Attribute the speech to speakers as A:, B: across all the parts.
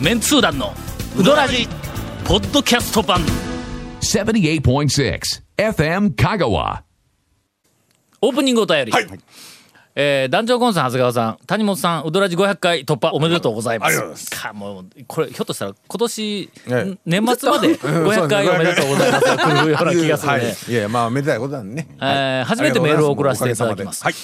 A: メンツー団のウドラジポッドキャスト版
B: 78.6 FM Kagawa.
A: オープニングお便り、
C: はい
A: えー、団長コンさん長谷川さん谷本さんウドラジ500回突破おめでとうございます
C: ありがとうござい
A: かもうこれひょっとしたら今年、
C: ええ
A: 年末まで500回おめでとうございますが来るような気がするね、
C: はい、いやいやまあめでたいことなんでね、
A: えー初めてメールを送らせていただきます
C: はい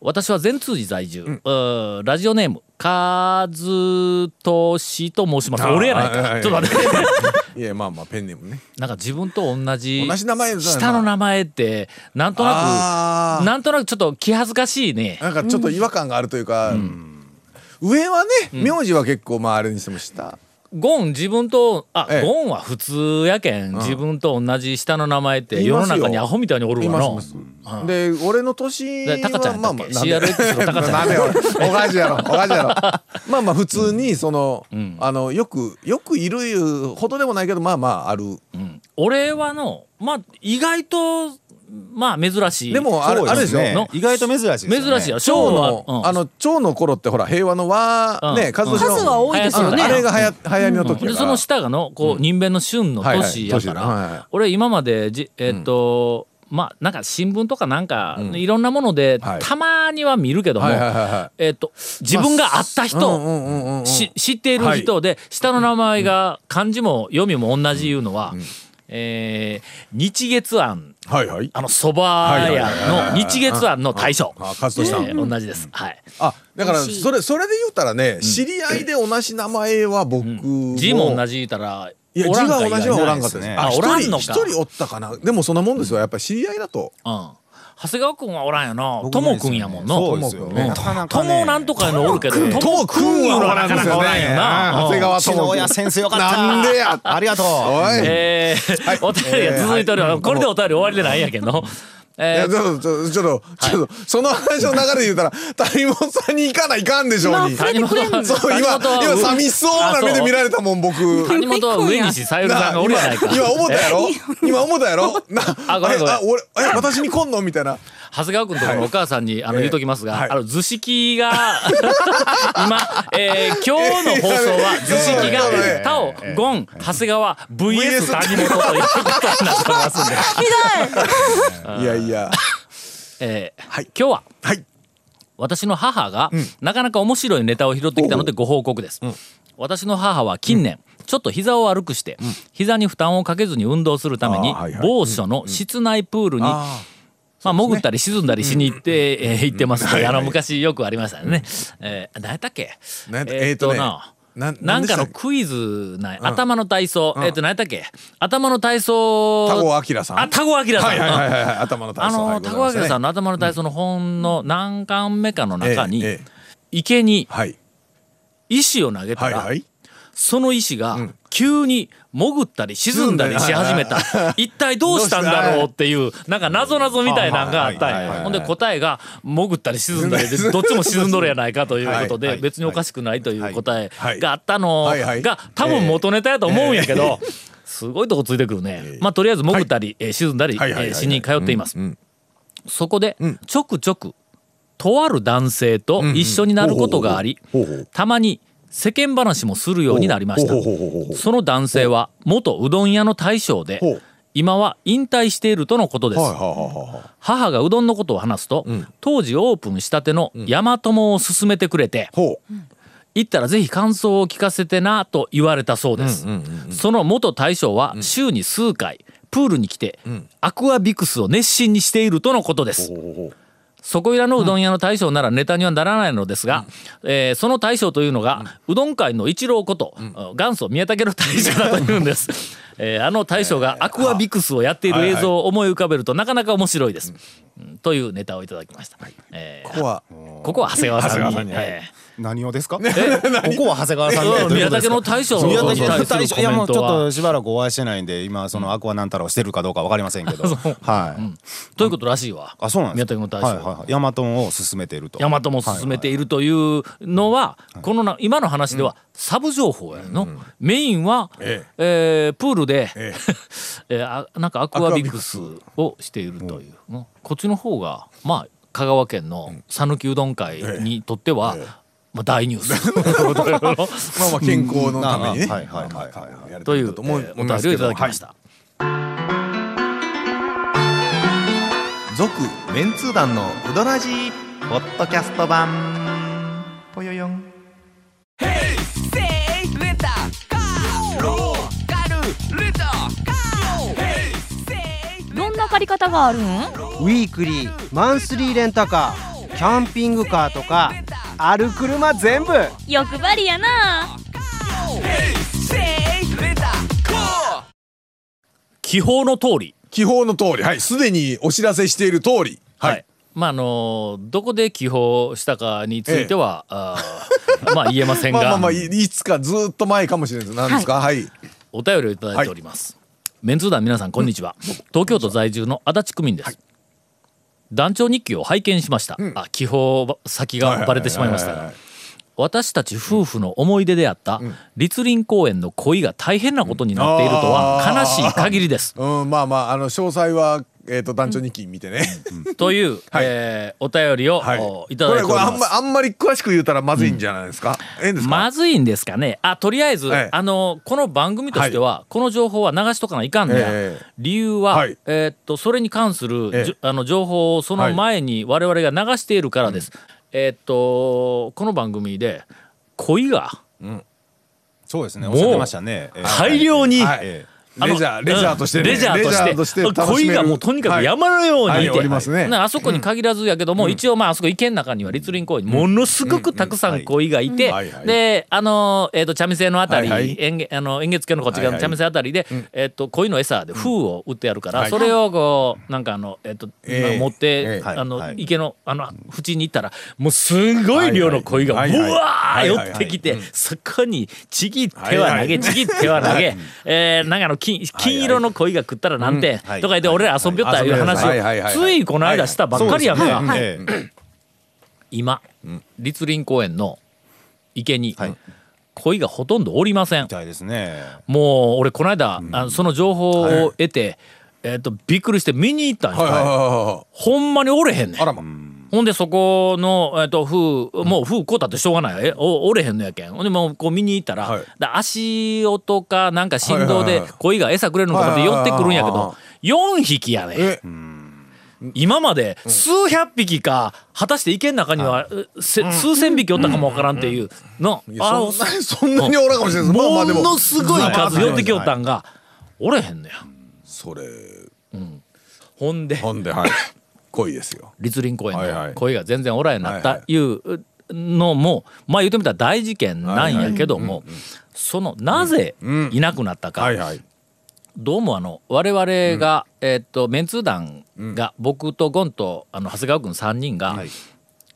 A: 私は善通寺在住、うーラジオネームカズトシと申します
C: あー
A: 俺やない
C: はいはいは
A: か
C: い
A: ちょっと待って
C: いやまあまあペンネームね
A: なんか自分と同じ
C: 同じ名前だよな
A: 下の名前ってなんとな
C: あ
A: く
C: ー
A: なんとなくちょっと気恥ずかしいね
C: なんかちょっと違和感があるというか、上はね名字は結構まああれにしても下、
A: ゴン自分とあ、
C: ええ
A: ゴンは普通やけん自分と同じ下の名前って世の中にアホみたいにおる
C: い
A: わ
C: ますい
A: の
C: ます、で俺の年は
A: でタカちゃんやったっけ
C: なんで
A: CRX のタカちゃん
C: なんで よおかしいやろおかしいやろまあまあ普通にその、あのよくよくいるいうほどでもないけどまあまあある、
A: 俺はのまあ意外とまあ珍しい
C: でもあれ,、
D: そう
C: あれでしょ、
D: ね
A: の
D: 意外と珍しいですよね
A: 珍しいよ
C: 蝶
A: 小
C: の
A: は、、うん
C: あの蝶の頃ってほら平和の和、
A: うん
C: ね数の
E: 数は多いですよね
C: ああれがはや流行りの時だから、
A: でその下がのこう、人弁の旬の
C: はいは
A: 都
C: い
A: 市やから、
C: 都市だはいはい
A: 俺今までじえっと、まあなんか新聞とかなんか、いろんなもので、
C: はい
A: たまには見るけども、
C: はいはいはいはい
A: えっと自分が会った人、
C: うんうんうんうんうん
A: し知っている人で、下の名前が漢字も読みも同じいうのは、えー日月庵
C: はいはい
A: あのそば屋の日月庵の大将、
C: あカズトシさん
A: えー同じです、はい
C: あだから
E: 美味しい
C: それそれで言ったらね、知り合いで同じ名前は僕も
A: 字も同じ言うたら
C: いや
A: おら
C: 字
A: んか
C: が同じはおらんかったです
D: いないですね
A: あ
C: 一
A: おらん
C: 人
A: のか
C: 一人おったかなでもそんなもんですよやっぱり知り合いだと
A: うん長谷川君はおらんやのともくんやもんの
D: そうですよね。
A: ともなんとかのおるけどと
C: ともくんはおらんです
A: なかな
C: よ
A: かおらんよ
C: ね
A: な
C: 長谷川
D: うちの
C: 智
D: 親
C: 也
D: センスよかった。
C: なんでや
D: ありがとう。
C: おい、
A: えーお便りが続いておる、これでお便り終わりでないんやけど
C: い
A: え
C: や
A: ー
C: ちょっとちょっとちょっと、その話の流れで言う たら谷本さんに行かないかんでしょうに
E: まあ
A: 谷本は
C: そう今
A: 谷本は
C: 今寂しそうな目で見られたもん僕
A: 谷本は上西さゆりさんがおるやないか
C: 今今思ったやろ今思った やろな
A: あごめんごめん
C: あ俺え私に来んのみたいな
A: 長谷川君とこのお母さんに、あの
C: ええ
A: 言うときますが、
C: はい
A: あの図式が 今、えー今日の放送は図式が
C: ええ
A: タオ、ゴン、長谷川 VS 谷本ということになっておりますんで、
C: いやいや
A: えー
C: はい
A: 今日は
C: はい
A: 私の母が、なかなか面白いネタを拾ってきたのでご報告です、私の母は近年、ちょっと膝を悪くして、膝に負担をかけずに運動するために、
C: あーはいはい
A: 某所の室内プールに
C: あ
A: まあ、潜ったり沈んだりしに行って、えー行ってますけど、あの、昔よくありましたよね。えー、何やったっけ
C: 何やった
A: えーっと
C: えーっとね
A: な、
C: な
A: なんかのクイズない、頭の体操、えーっと、何やったっけ頭の体操。
C: 田郷明さん
A: あ、田郷明さん。
C: はいはいはいはい頭の
A: あ
C: 体操
A: の、田郷明さん
C: ん
A: の頭の体操の本の何巻目かの中に、
C: ええええ
A: 池に
C: はい
A: 石を投げた
C: はい
A: ら、
C: はい
A: その石が急に潜ったり沈んだりし始め た一体どうしたんだろうっていうなんか謎謎みたいなのがあったんやほんで答えが潜ったり沈ん だりでどっちも沈んどるやないかということ
C: は
A: で
C: い
A: 別におかしくないという答えがあったの
C: はいはい
A: が多分元ネタやと思うんやけどすごいとこついてくるねまあとりあえず潜ったりえー沈んだりえ
C: はいはいはい
A: ー
C: はい
A: しに通っていますそこでちょくちょくとある男性と一緒になることがあり
C: ほうほうほうほう
A: たまに世間話もするようになりました
C: ほうほうほうほうほう
A: その男性は元うどん屋の大将で
C: ほう
A: 今は引退しているとのことです
C: はいはいはいはい
A: 母がうどんのことを話すと当時オープンしたての山友を勧めてくれて
C: ほう
A: 行ったらぜひ感想を聞かせてなと言われたそうですその元大将は週に数回プールに来てアクアビクスを熱心にしているとのことですそこいらのうどん屋の大将ならネタにはならないのですが、えーその大将というのが、うどん界の一郎こと、元祖宮武の大将だというんです。 えーあの大将がアクアビクスをやっている映像を思い浮かべるとなかなか面白いです。うんというネタをいただきました。えー
C: ここは
A: ここは長谷川さんに。
D: 長谷川さんにはい
A: えー
D: 何をですか？こ こは長谷川さんで
A: うん
D: どういうことですか
A: 宮武の大将
D: 宮武の大
A: そ
D: 将
A: う
D: いやもうちょ
A: コ
D: っ
A: メント
D: としばらくお会いしてないんで今そのアクアなんたらをしてるかどうかわかりませんけ ど。はい。
A: ということらしいわ。
D: あそうなんで
A: 宮
D: すか。
A: 武の大
D: はいはい
A: 将
D: は。い。ヤマトンを進めていると。
A: 大和も進めているというのは、このな今の話ではサブ情報やの、メインは、え
C: え
A: ープールで、 え
C: え
A: ーあなんかアクアビクスをしているという、うんこっちの方がまあ香川県の讃岐うどん会にとっては、まあ、大ニュース
C: まあまあ健康のためにね。
D: うんはいはいはいはい
C: まあまあやれた
A: と
C: ら
A: い
C: な
A: う
C: と思い
A: えー
C: 思
A: お
C: いま
A: 便
C: す
A: りを
C: け
A: いた
C: ど
A: だきました、
C: 続
D: メンツー団のウドラジーポッドキャスト版ぽよよん
E: どんな借り方があるん
F: ウィークリーマンスリーレンタカーキャンピングカーとかある車全部
E: 欲張りやな
A: 気泡の通り
C: 気泡の通り、はい、すでにお知らせしている通り、
A: はい、
C: はい、
A: まああのーどこで起法したかについては、あー まあ言えませんが
C: まあまあまあいいつかずっと前かもしれないです。なんですか、はい、
A: お便りをいただいております、メンツー団皆さんこんにちは、東京都在住の足立区民です、団長日記を拝見しました、あ気泡先がバレてしまいましたが私たち夫婦の思い出であった立林公園の恋が大変なことになっているとは悲しい限りです
C: うん、まあまああの詳細はえっ、と団長日記見てね。
A: という、えーお便りを、
C: はい。
A: おいただいております
C: これこれあんまあんまり詳しく言うたらまずいんじゃないですか。ええんですか。
A: まずいんですかねあとりあえず、
C: ええ
A: あのこの番組としては、この情報は流しとかないかんねや、
C: ええ
A: 理由は、
C: はい
A: えーっとそれに関する、
C: ええ
A: じゅあの情報をその前に我々が流しているからです、えーっとこの番組で恋が
D: そうですね
A: も
D: お
A: う
D: っしゃってましたねえー
A: 大量に、
C: はい
D: え
A: あの
C: レジャーレジャーとしてね
A: レジャーとして
C: レジャーとして楽しめ
A: 恋
C: る
A: がもうとにかく山のようにいて、
C: はいはいありますね
A: なあそこに限らずやけども、一応まああそこ池の中には立林公園にものすごくたくさん恋がいて、
C: はいはい
A: であのえっ、と茶店のあたり、
C: はいはい
A: 園芸あの円月家のこっち側
C: は
A: の
C: いは
A: 茶
C: い
A: 店あたりで、えっ、と鯉の餌で封を打ってやるから、
C: はい
A: それをこうなんかあのえっ、と、
C: ええ
A: 持って、
C: ええ
A: あの、
D: はいはい
A: 池のあの縁に行ったらもうすごい量の鯉が
C: はい
A: ぶ
C: はいはい
A: わ
C: は
A: ー
C: い
A: 寄
C: はいはい
A: ってきて、そこにちぎっては投げちぎっては投げ、えー、なんかあの金金色の鯉が食ったらなんて、
D: はい
A: とか言って俺ら遊びよったいう話を
C: はいはいはい
A: ついこの間したば
D: ー
A: っかりやんか、
D: そうですねえー
A: 今立林公園の池に
D: はい
A: 鯉がほとんどおりません
D: みたいですね
A: もう俺この間、あのその情報を得て、えー、とびっくりして見に行ったんよ、
C: はいはいはいは
A: ほんまにおれへんねん
C: い。あらま。
A: ほんでそこの、えっと風もう風こうたってしょうがないえお折れへんのやけんほんでもうこう見に行ったら,、
C: はい
A: だ足音かなんか振動
C: はいはいはい
A: で
C: はい
A: 鯉が餌くれるのかって寄ってくるんやけ
C: はいはいはい
A: ど
C: は
A: 4匹やね
C: え、
A: 今まで数百匹か果たして池の中には、せ数千匹おったかもわからんっていうの、
C: い
A: あ
C: やそんなに そんなにおらんかもしれないです。まあま
A: も
C: あでも。
A: のすごい数寄ってきよったんがおれへんのや
C: それ
A: ほんで
C: ほんではい。恋ですよ。
A: 立林公園
C: はいは
A: の
C: い
A: 声が全然おらんようになっ
C: はい
A: た
C: は
A: いうのもまあ言うてみたら大事件なんやけどもそのなぜいなくなったか
C: はいはい。
A: どうもあの我々がえーっとメンツー団が僕とゴンとあの長谷川君3人が
D: い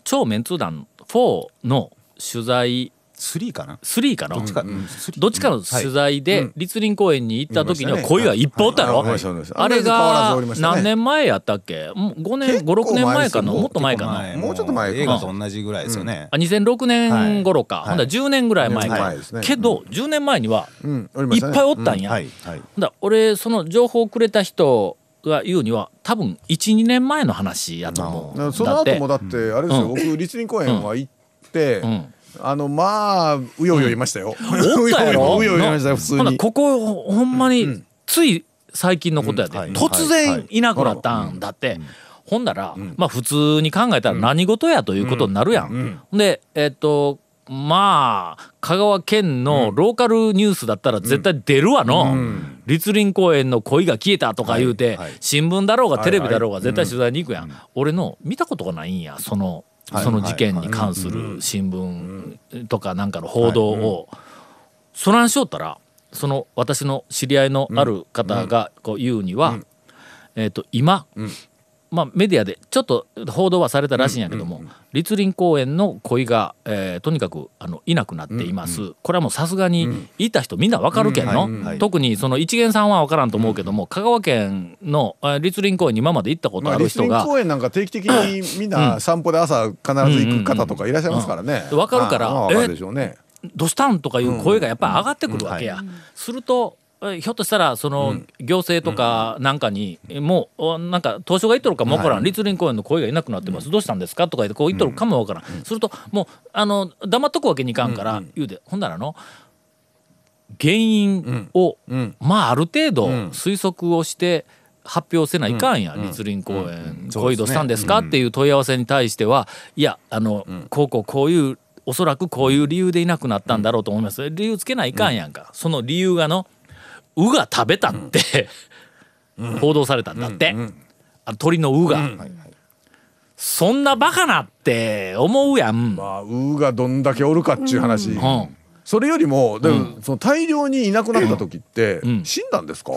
A: 超メンツー団4の取材
D: スリーかな
A: 3かな
D: どっちかうんスリー
A: どっちかの取材で立林公園に行った時には
C: 見ましたね
A: 鯉がいっぱいおったやろ
C: はいはいはいはい
A: あれ
C: 変わらず
A: が
C: おりましたね
A: 何年前やったっけ5年
C: 結構
A: 56年前かな
C: 前ですよ
A: もっと前かな
D: 前
C: もうちょっと前か
D: 映画と同じぐらいですよね
A: あ2006年頃か、
D: はい
A: ほんだら10年ぐらい前か、
C: 10年前ですね
A: けど10年前には
C: うん。おりま
A: いっ
C: したね
A: ぱいおったんや、
D: はいは
A: ほん
D: い
A: だら俺その情報をくれた人が言うには多分12年前の話やと思う
C: なその後も
A: だっ
C: だってあれですよ、
A: うん
C: 僕立林公園は行って、
A: ん
C: あのまあうようよいましたよ、う
A: ておったやろ
C: うようよいましたよ普
A: ほ
C: 通
A: んだら
C: に
A: ここほんまについ最近のことやで、
D: うんはい
A: 突然いなくなったんだって、ほんだら、まあ普通に考えたら何事やということになるやん、ほんでえっとまあ香川県のローカルニュースだったら絶対出るわの、立林公園の恋が消えたとか言うて、
D: はいはい
A: 新聞だろうがテレビだろうが絶対取材に行くやん、俺の見たことがないんやその
D: はい
A: その事件に関する新聞とかなんかの報道をそらんしよったらその私の知り合いのある方がこう言うには、えー、と今、まあ、メディアでちょっと報道はされたらしいんやけども、立林公園の鯉が、えーとにかくあのいなくなっています、これはもうさすがにいた人みんなわかるけんの、
D: うんはい
A: 特にその一元さんはわからんと思うけども、香川県のあ立林公園に今まで行ったこと
C: ま
A: あ
C: あ、
A: る
C: 立
A: 人が
C: 林公園なんか定期的にみんな散歩で朝必ず行く方とかいらっしゃいますからね
A: うんわかるから
C: まあまあわかるでしょうね
A: どしたんとかいう声がやっぱり上がってくるわけや、するとえひょっとしたらその行政とかなんかにもうおなんか東証が言っとるかもわからん立林公園の声がいなくなってますどうしたんですかとか言ってこう言っとるかもわからんするともうあの黙っとくわけにいかんから言うでほんならの原因をまあある程度推測をして発表せないかんや立林公園
C: そうですね
A: こういうどしたんですかっていう問い合わせに対してはいやあのこうこうこういうおそらくこういう理由でいなくなったんだろうと思います理由つけないかんやんかその理由がの「うが食べた」って報道されたんだってあ鳥の「うが」そんなバカなって思うやん。
C: まあ、ウがどんだけおるかっちゅう話、
A: うん
C: それよりもでも、その大量にいなくなった時って、
A: ん
C: 死んだんですか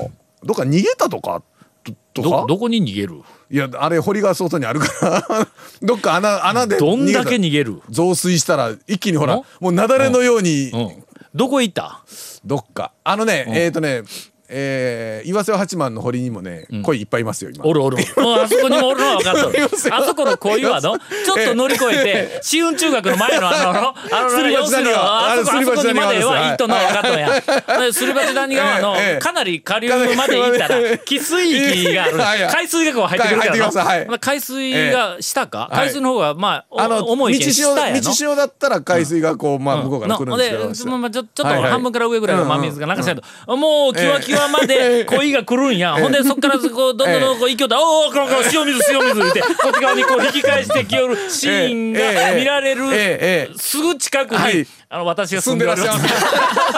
C: どっか逃げたとかとと
A: ど
C: か
A: どこに逃げる
C: いやあれ堀が外にあるから どっか穴穴で
A: どん
C: 逃げた
A: だけ逃げる、
C: 増水したら一気にほら
A: うん
C: もう雪崩のように
A: うん、どこ行った
C: どっかあのね、えっ、とねえー、岩瀬八幡の堀にもね、鯉いっぱいいますよ今
A: おる おる。もうあそこにもおるのは分かっとる。あそこの恋はの、ちょっと乗り越えて、紫雲中学の前のあの、あの、
C: すり
A: 要
C: 鉢
A: する
C: 谷
A: に、
C: 川
A: あそこ、
C: あ
A: あ
C: れ
A: そこにまです
C: り鉢谷川です
A: は行っとんのは分かっとんや。ですり鉢谷川の
C: えええ、え
A: かなり下流まで行った
C: え
A: ら
C: え、
A: 汽水域があ
C: はいは
A: る。
C: い
A: 海水がこう入ってくるか
C: はい入
A: ら
C: ってきますはい
A: な。まあ海水が下か
C: はい
A: 海水の方が、まあ
C: あの、
A: お重いけん
C: 道潮
A: 下やの。
C: 道潮だったら海水がこう、まあ
A: うん
C: 向こうから来るんですけど、
A: のでまあまあちょちょっと
C: はいはい
A: 半分から上ぐらいの真水がなんかしないと、もうキワキワまで鯉が来るんや、ほんでそっからこうどんどんどんどんこう勢いで「おおこのこの塩水塩水」 ってこっち側にこう引き返してきよるシーン
C: ええ
A: が
C: ええ
A: 見られ
C: えええ
A: る
C: え
A: すぐ近くに、
C: はい
A: あの私が住ん
C: 住ん
A: で
C: で
A: お
C: らっ
A: り
C: しゃい
A: ま
C: ますす。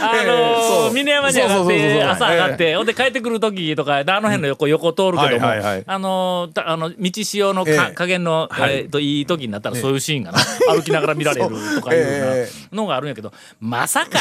A: あのー
C: ええ
A: 峰山に上がっ
C: そうそうそうそう
A: て
C: そう
A: 朝上がって、
C: ええ
A: ほんで帰ってくる時とかあの辺の横,、横通るけども、
C: はいはいはい
A: あのーたあの道潮のか、
C: ええ
A: 加減の、えーといい時になったらそういうシーン がな、歩きながら見られるとかいうような
C: え
A: のがあるんやけどまさか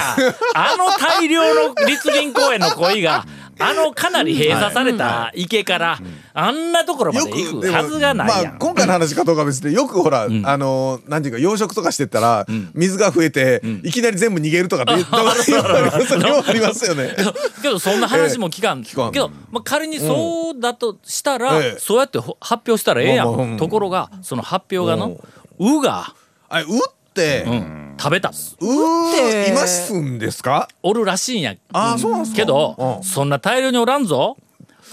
A: あの大量の立林公園の鯉があのかなり閉鎖された池からあんなところまで 行くはずがないや
C: まあ、
A: ん。
C: 今回の話かどうかは別でよくほら、あのなんていうか養殖とかしてたら、水が増えて、いきなり全部逃げるとかって言ったからそれはありますよね。
A: け どそんな話も聞かん,、
C: かん
A: けど、まあ、仮にそうだとしたら、
C: うんええ
A: そうやってほ発表したらええやん、
C: まあまあうん
A: ところがその発表がの「う」が、
C: あれ打って、う
A: うん、食べた
C: ーいますんですか？
A: おるらしいんや
C: あーそうなんすか
A: けど、
C: うん
A: そんな大量におらんぞ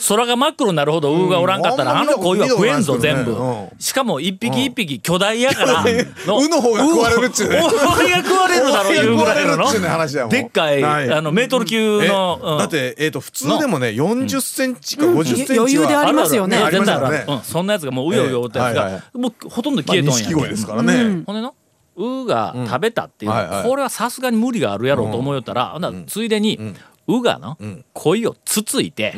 A: 空が真っ黒になるほどウーがおらんかったら、
C: うん
A: あ
C: あんま
A: の鯉は食えんぞ
C: 見たことな
A: 全
C: い
A: 部、
C: うん
A: しかも一匹一匹巨大やから、の
C: ウの方が食われるっちゅうね
A: ウー お前が食われるだろいうぐらいの
C: お前が食われるっちゅうね話やもん
A: でっかい、
C: はい
A: あのメートル級
C: え
A: の、うん
C: だってえっ、と普通でもね40センチか50センチは、
G: 余裕でありますよね
A: あるある絶対あるある
C: ありますよね
A: うんそんなやつがもううようよおったやつが、
C: ええはいは
A: もうほとんど
C: まあ
A: 消えとんや
C: 錦
A: け、
C: 鯉ですからね。
A: ほんでの「う」が食べたっていうのは、
C: うんはいはい
A: これはさすがに無理があるやろうと思いよったら,、ほんならついでに「う」がの恋をつついて、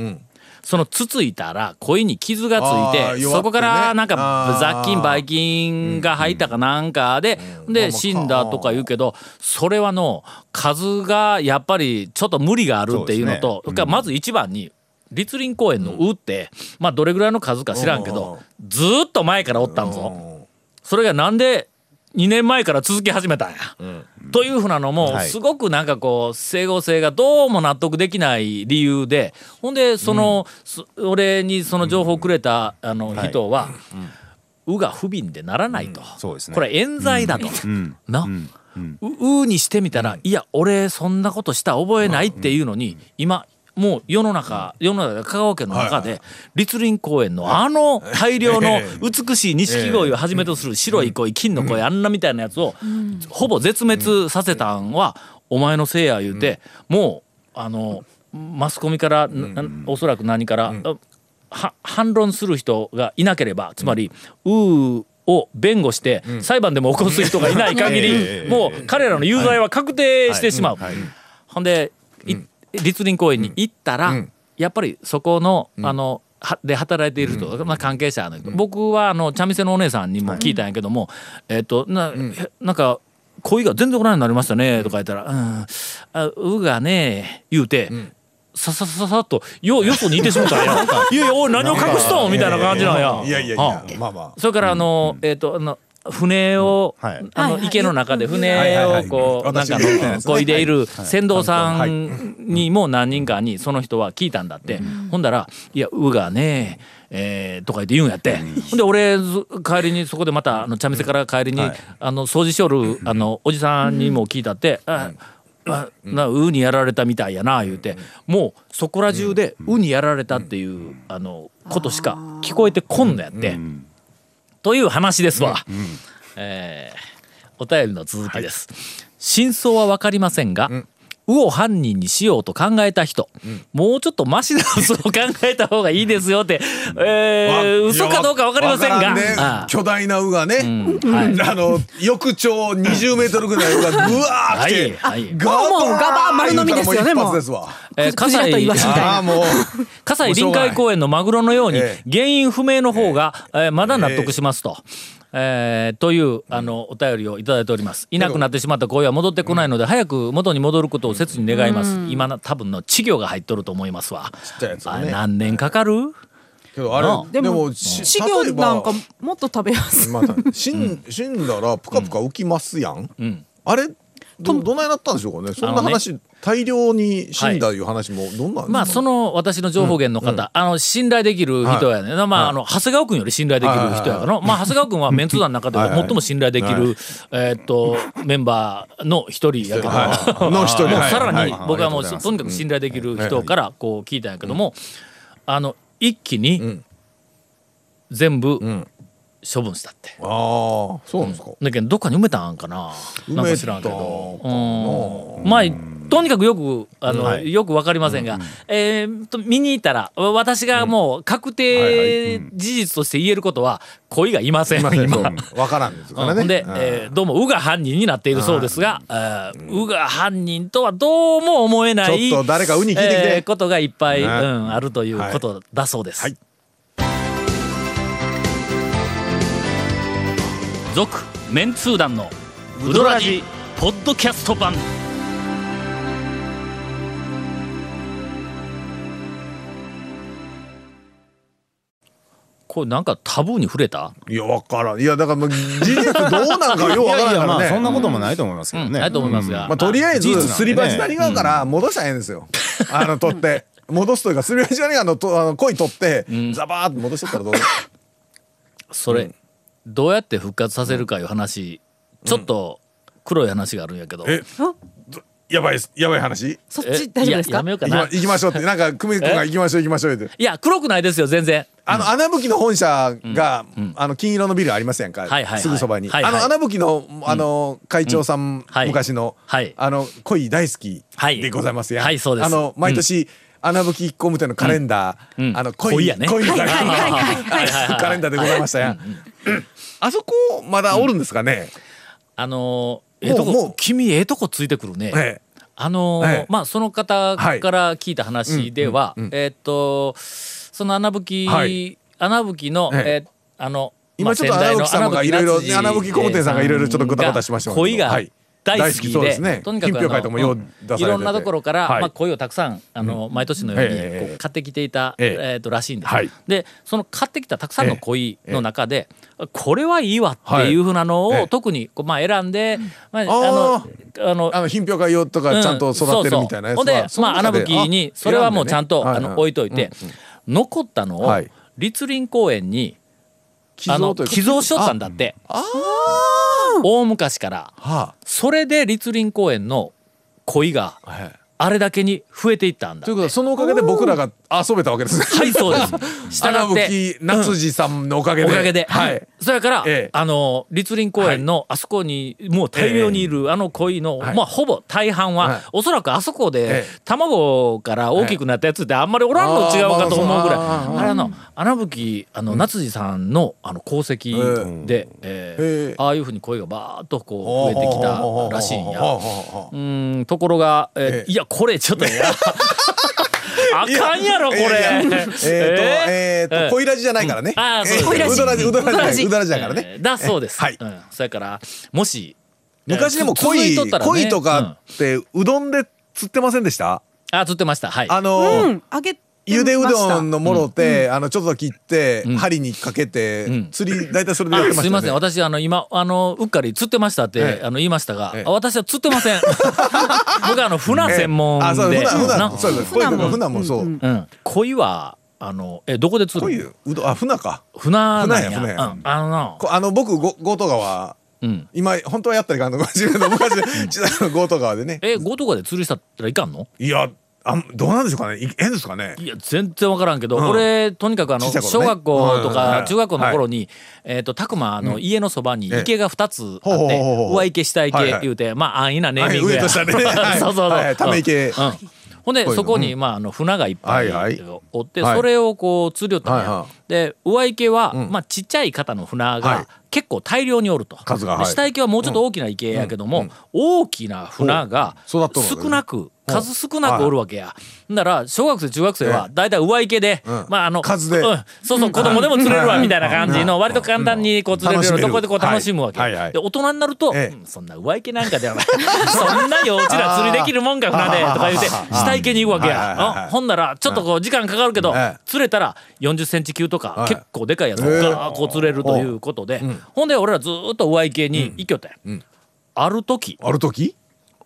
A: そのつついたら恋に傷がつい
C: あ
A: て
C: ー弱ってね
A: そこからなんか
C: あー
A: 雑菌ばい菌が入ったかなんかで、で死んだとか言うけどそれはの数がやっぱりちょっと無理があるっていうのとそれからまず一番に立林公園の「う」って、まあどれぐらいの数か知らんけどずーっと前からおったんぞ。それがなんで2年前から続き始めたんや。というふうなのも
C: はい
A: すごくなんかこう整合性がどうも納得できない理由でほんでその、そ俺にその情報をくれたあの人は「う」が不憫でならないと、
G: そうですね
A: これ冤罪だと。な、ううにしてみたら、いや俺そんなことした覚えないっていうのに、今もう世の中世の中香川県の中で、立林公園のあの大量 の美しい錦鯉をはじめとする白い鯉金の鯉あんなみたいなやつを、ほぼ絶滅させたんはお前のせいや言うて、もうあのマスコミから、なおそらく何から、は反論する人がいなければつまり「うーを弁護して裁判でも起こす人がいない限 りもう彼らの有罪は確定してしまう。ほんでい立林公園に行ったらやっぱりそこのあのはで働いている人、まあ、関係者なんだけど僕はあの茶店のお姉さんにも聞いたんやけども、えっとなへなんか恋が全然来ないようになりましたねとか言ったら「うんあうがね」言うて、ささささっとよよそにいてしもたん やいやいやおい何を隠しとんみたいな感じなんや
C: いやいやい
A: は
C: や
A: あ、
C: まあまあ。
A: それからあの、えっ、とあの船を、
G: はい
A: あの
E: はいはい
A: 池の中で
C: はい
A: 船
C: はいは
A: を
C: い
A: こう、
C: 私
A: なん
C: が
A: か
C: 言ったやつ
A: こ
C: ね
A: いでいる船頭さんにも何人かにその人は聞いたんだって、ほんだら「いやうがねえーとか言って言うんやって、ほんで俺ず帰りにそこでまたあの茶店から帰りに、あの掃除しよるあのおじさんにも聞いたって「ああなウにやられたみたいやな言うてもうそこら中でウにやられたっていうあのことしか聞こえてこんのやって。という話ですわ。えーお便りの続きです。真相は分かりませんが、ウを犯人にしようと考えた人、もうちょっとマシな嘘を考えた方がいいですよって、えー
C: わ
A: 嘘かどうか分かりません
C: わか
A: が。
C: らね
A: ああ
C: 巨大な「う」がね、あの翌朝20メートルぐらいの「う」がぐわーっ
A: はい
C: て、
A: はい
C: ガバー
G: もうガバー丸飲みですよね
C: もう一
G: も
C: 発
G: う
C: ですわ
A: えー
G: クジラ
A: 葛
G: とイ
A: 西
G: ワシみたい
C: ああ
G: な。
C: もう
A: 葛西臨海公園のマグロのように
C: え
A: 原因不明の方が、えーまだ納得しますと。えーというあのお便りをいただいておりますいなくなってしまった行為は戻ってこないので早く元に戻ることを切に願います今な多分の稚魚が入っとると思いますわ
C: ちっちゃいやつを
A: あ
C: ね
A: 何年かかる
C: けどあれ
A: なあ
C: で
G: で
C: も
G: も、
C: し
G: 稚魚なんか
C: 例え
G: もっと食べやすい。
C: ばまた死ん死んだらぷかぷか浮きますやん、
A: ん
C: あれどどないなったんでしょうかねそんな話、大量に死んだいう話もどんなんですかね
A: まあその私の情報源の方、あの信頼できる人やね、まあ、あの長谷川君より信頼できる人やから、まあ、長谷川君はメンツ団の中では最も信頼できるえーっとメンバーの一人やけど、
C: はいの一人
A: もう
C: はい
A: さらに
C: はい
A: 僕はも
C: ありがとうございま
A: う
C: す
A: とにかく信頼できる人からこう聞いたんやけども、あの一気に
C: ん
A: 全部
C: ん
A: 処分したって。
C: ああそうなんですか、
A: だけどどっかに埋めたんかななんか知らんけ
C: 埋
A: ど
C: めた
A: うんまあとにかくよくあの、よくわかりませんが、えーと見に行ったら私がもう確定事実として言えることは恋がいません
C: まあ
A: 今。
C: わからんですから
A: う
C: ね
A: ん、で、
C: はい
A: えーどうも「う」が犯人になっているそうですが「えーう」が犯人とはどうも思えない
C: ちょっと誰かウニ聞いてきて
A: えーことがいっぱい、
C: ね
A: うん、あるということだそうです。
C: はい
A: 続メンツー団のウドラジポッドキャスト版これなんかタブーに触れた、
C: いや、わからん。いや、だからもう、事実どうなんかようわからんからね。
H: そんなこともないと思いますけ
A: う
H: ど
A: ん
H: ね。
A: ないと思います
H: うん
A: が、
C: まあ、とりあえ
H: 事実
C: ず、
H: なんです
C: り鉢なりがから、戻したらええんですよ。あの、取って。戻すというか、すり鉢なりがの、とあの、鯉取って、ザバーって戻してったらどう
A: それ、どうやって復活させるかいう話、ちょっと黒い話があるんやけど、
C: えやばいです、やばい話。
G: そっ
A: え
G: ち大丈夫です
A: いや
G: か
A: やめようか
C: 行きま
A: な
C: 行きまし ょうって、なんか、久米君が行きましょう、行きましょうって。
A: いや黒くないですよ全然
C: あの、穴吹きの本社が、あの、金色のビルありませんか、
A: はいはい
C: すぐそばに。
A: はいはい
C: あの、穴吹きの、あの、会長さん、
A: はい
C: 昔の、
A: はい
C: あの、恋大好き
A: はい
C: でございますやん
A: はいそうです
C: あの、毎年、穴吹き工務店のカレンダー、あの、
A: 恋やね
C: 恋
A: はいはいはいはいはいはいはい
C: カレンダーでございましたやん。あそこ、まだおるんですかね、
A: あのーえ
C: もう
A: えと
C: もう
A: こ君ええとこついてくるね、
C: ええ
A: あのー
C: ええ
A: まあその方
C: はい
A: から聞いた話では、えーっとその穴吹き、
C: はい
A: 穴吹きの、
C: ええ
A: えーあの
C: 今ちょっと
A: 先代の
C: 穴吹様がいろいろ
A: 吹
C: 穴吹工務店さんがいろいろちょっとグタグタしましたけど
A: 恋が
C: はい
A: 大好き
C: 大好きそう
A: で,、
C: ですね
A: とにかくあの
C: 品評会ともよう出されてて
A: いろんなところから、
C: はい
A: まあ、恋をたくさんあの、毎年のように
C: ええ
A: こう買ってきていた、え
C: え
A: ー
C: え
A: っとらしいんです、
C: はい
A: でその買ってきたたくさんの恋の中で、これはいいわっていうふうなのを、
C: はいええ
A: 特にこう、まあ、選んで、まあ、
C: あ
A: あの
C: あの、品評会用とかちゃんと育てるみたいなやつ
A: うんそうそう
C: は、その
A: ほんで、まあ、
C: 中
A: 穴
C: で
A: 吹きにそれはもうちゃんと
C: あ
A: あ
C: 選でね
A: の置いとい
C: は
A: て、残ったのを
C: はい
A: 栗林公園に
C: 寄
A: あの
C: 贈というか
A: 寄贈しとったんだって
C: あ
A: 大昔から
C: あ、は
A: それで栗林公園の鯉が
C: あ、はい。
A: あれだけに増えていったんだ
C: ということはそのおかげで僕らが遊べたわけですね。
A: はいそうですしたが
C: 穴
A: って
C: 吹夏次さんのおかげで。
A: おかげで、
C: はい。
A: それから、
C: ええ
A: あの栗林公園のあそこにもう大量にいる、あの鯉の、
C: はい
A: まあほぼ大半は、
C: はい
A: おそらくあそこで、
C: ええ
A: 卵から大きくなったやつってあんまりおらんの違うかと思うぐらい、
C: あーまあそう
A: あ、れあの穴吹あの夏次さんのあの功績で、えー
C: へえ
A: ああいうふうに鯉がバーっとこう増えてきたらしいんや。
C: ほうほうほうほ
A: う
C: う
A: ーんところが、えー
C: ええ
A: いやこれちょっと あかんやろこれ。
C: えっと、えっと、恋ラジじゃないからね。
A: うんあーそうです
C: えーうどらじ、うど
G: うど
C: ら
G: ら
C: じ、
G: じ
C: うどらじだからね。
A: えーだそうです。
C: はい
A: うん、それからもし
C: 昔でも
A: 続い
C: 恋、
A: とったらね
C: 恋とかって、うどんで釣ってませんでした
A: あ釣ってました。はい。
C: あ
G: う
C: の、
G: ん、あげてました。
C: ゆでうどんのもろって、あの、ちょっと切って、針にかけて
A: ん、
C: 釣り、大体それでやって
A: あ
C: ましたよね。
A: すいません私あの今あのうっかり釣ってましたって、
C: ええ
A: あの言いましたが、
C: ええ
A: あ私は釣ってま せん僕はあの船専門で、
C: あ、そう、ふな、ふな、そう
A: う
C: です。恋とかふなもそう。
A: うん、鯉はあのえどこで釣
C: こうい
A: る
C: ううどんあ船か
A: 船なんや
C: 船や船や
A: うん、あのな
C: こあの僕ご後藤川
A: うん
C: 今本当はやったらいかんのかもしれんけど昔ちなみに強盗川でね
A: え五とかで釣りしたらいかんの
C: いやあんどうなんでしょうかねいえんですかね
A: いや全然分からんけど、
C: うん
A: 俺とにかくあの
C: ちっちゃい
A: 小
C: 頃ね
A: 学校と
C: うんうんう
A: か
C: ん
A: 中学校の頃に、えっ、とたくまの家のそばに
C: ええ
A: 池が2つあ
C: ほう
A: っ
C: ほう
A: て
C: ほうほう
A: 上池下池
C: はいはい
A: 言うてまあ安易なネーミング
C: はい上
A: や、
C: と下でねはい
A: そうそうそう、
C: はいはいため池
A: うんほんで
C: こういうの
A: そこに、
C: う
A: まあ、あの船がいっぱい
C: はいはい
A: おって、
C: はい
A: それをこう釣り寄ったのよ、
C: はいはい
A: で上池は、
C: うん
A: まあ、ちっちゃい方の船
C: はい
A: が結構大量におると、
C: 数が
A: で
C: はい
A: 下池はもうちょっと大きな池やけども、大きな船が
C: ほう
A: 少
C: 育っとるわけね
A: なく数少なくおるわけや。なら小学生中学生は
C: ええ
A: 大体上池で、
C: うん
A: まああの
C: 数で
A: うんそうそう子供でも釣れるわみたいな感じの割と簡単にこう釣れるようなとこでこう楽
C: 楽
A: し
C: し
A: む
C: め
A: わ
C: る
A: け。
C: はいはいはい
A: で大人になると、
C: ええ
A: うんそんな上池なんかではない そんな幼稚な釣りできるもんか船でとか言うて下池に行くわけ
C: はいはいはい
A: や。
C: はい
A: うんほんならちょっとこう時間かかるけど
C: ええ
A: 釣れたら40センチ級とか
C: はい
A: 結構でかいやつを
C: ええ
A: ガーッこう釣れるということで、ほんで俺らずーっと上池に行きよったんやある時
C: ある時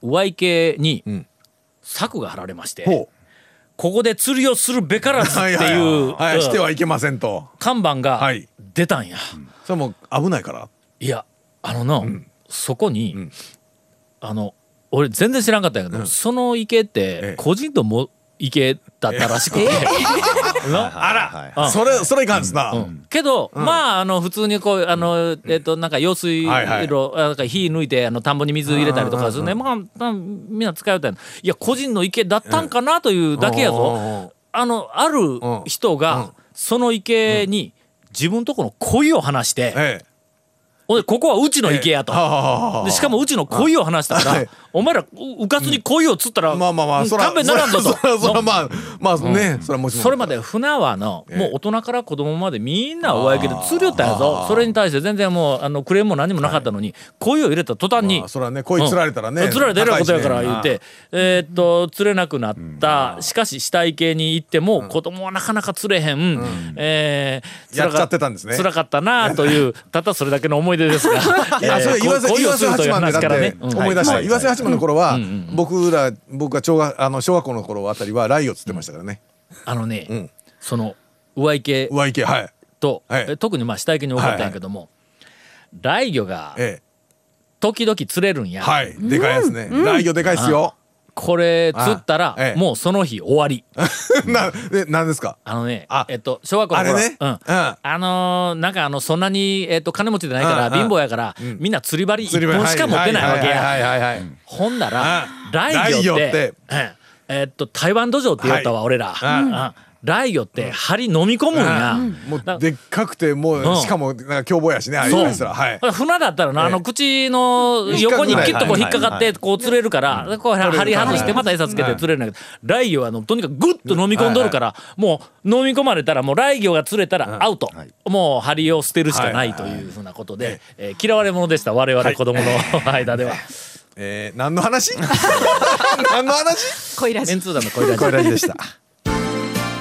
A: 上池に
C: ん
A: 柵が張られまして。
C: ほ
A: ここで釣りをするべから
C: う
A: ずっ
C: は
A: て
C: いはい
A: い
C: は
A: う
C: いは
A: うん
C: いしてはいけませんと
A: 看板が
C: はい
A: 出たんや。
C: それもう危ないから
A: いやあのな、そこに、
C: ん
A: あの俺全然知らんかったんやけど、その池って
C: え
A: 個人とも池だったらしく て。な
C: あ
A: あ
C: らそれそれいかんですな
A: うんけど、まああの普通にこうあのえっとなんか用水路、
C: はいはい
A: あなんか火抜いてあの田んぼに水入れたりとかするね、まあまあみんな使うたいないや個人の池だったんかなというだけやぞ。
C: ぞ
A: あのある人
C: うんうん
A: がその池に自分とこの鯉を放して、
C: ええ
A: ほんでここはうちの池やと、
C: はあはあはあはあ
A: でしかもうちの鯉を放したから、
C: はい
A: お前らううかつに鯉を釣ったら、
C: まあまあま
A: う
C: あ
A: ん
C: そら
A: 勘弁ならんぞと
C: そらそらそらまあまあねそれはもちろん
A: それまで船はの、
C: ええ
A: もう大人から子供までみんな上池で釣りよったんやぞそれに対して全然もうあのクレームも何もなかったのに、鯉を入れた途端に、
C: まあそれはね鯉釣られたらね
A: うん釣られたらえらいことやから
C: 高いしね
A: 言うて、えーっと釣れなくなった、しかし死体系に行っても子供はなかなか釣れへん、えー
C: やっちゃっ
A: 辛か
C: てたんですね
A: 辛かったなあというたったそれだけの思い出ですが
C: いや、それ
A: えー
C: 岩瀬
A: こう恋を
C: 岩
A: す
C: 瀬
A: ると
C: 八
A: いう
C: 幡で
A: 話
C: だっ
A: から
C: て
A: ね、うん
C: 思い出した。
D: はい
C: 岩瀬八幡の頃は、僕ら僕が小学あの小学校の頃あたりはライオっつってましたからね。
A: あのね、
C: うん
A: その上池
C: 上池はい。
A: と、
C: はい
A: え特にまあ死体系に多かったんやけども、雷魚が
C: え
A: 時々釣れるん
C: え、
A: や、
C: はい。でかいですね。ライオでかいっすよ。
A: これ釣ったら
C: あええ
A: もうその日終わり
C: なでなんですか。
A: あのね
C: あ
A: えっと小学校の
C: あ
A: 頃
C: れね。
A: うんあのーなんかあのそんなに、えっと金持ちでないから
C: うんうん
A: 貧乏やから、みんな釣り針一
C: 釣り針
A: 本しか持ってないわけ
C: は
A: や
C: いはいはいはいはい。
A: ほんなら
C: うん
A: 雷魚って
C: 雷魚って
A: うんえっと台湾土壌って言ったわ、俺ら、
C: うん
A: うん雷魚って針飲み込むんや、
C: も
A: だ
C: うでっかくて
A: う
C: も
A: ん
C: うしかもなんか凶暴やしね。ああいうやつらはい。
A: 船だったらな、あの
C: ええ
A: 口の横にキュッとこう引っかかってこう釣れるから、こう張り外してまた餌つけて釣れるんだけど、雷魚はあのとにかくグッと飲み込んどるから、もう飲み込まれたらもう雷魚が釣れたらアウト、もう針を捨てるしかないというふうなことで、えー嫌われ者でした我々子供 の間では。
C: えー何の話？ 何の話？
G: 恋ら
A: メ
G: し
A: ンツー団の恋ラジ
C: これでした。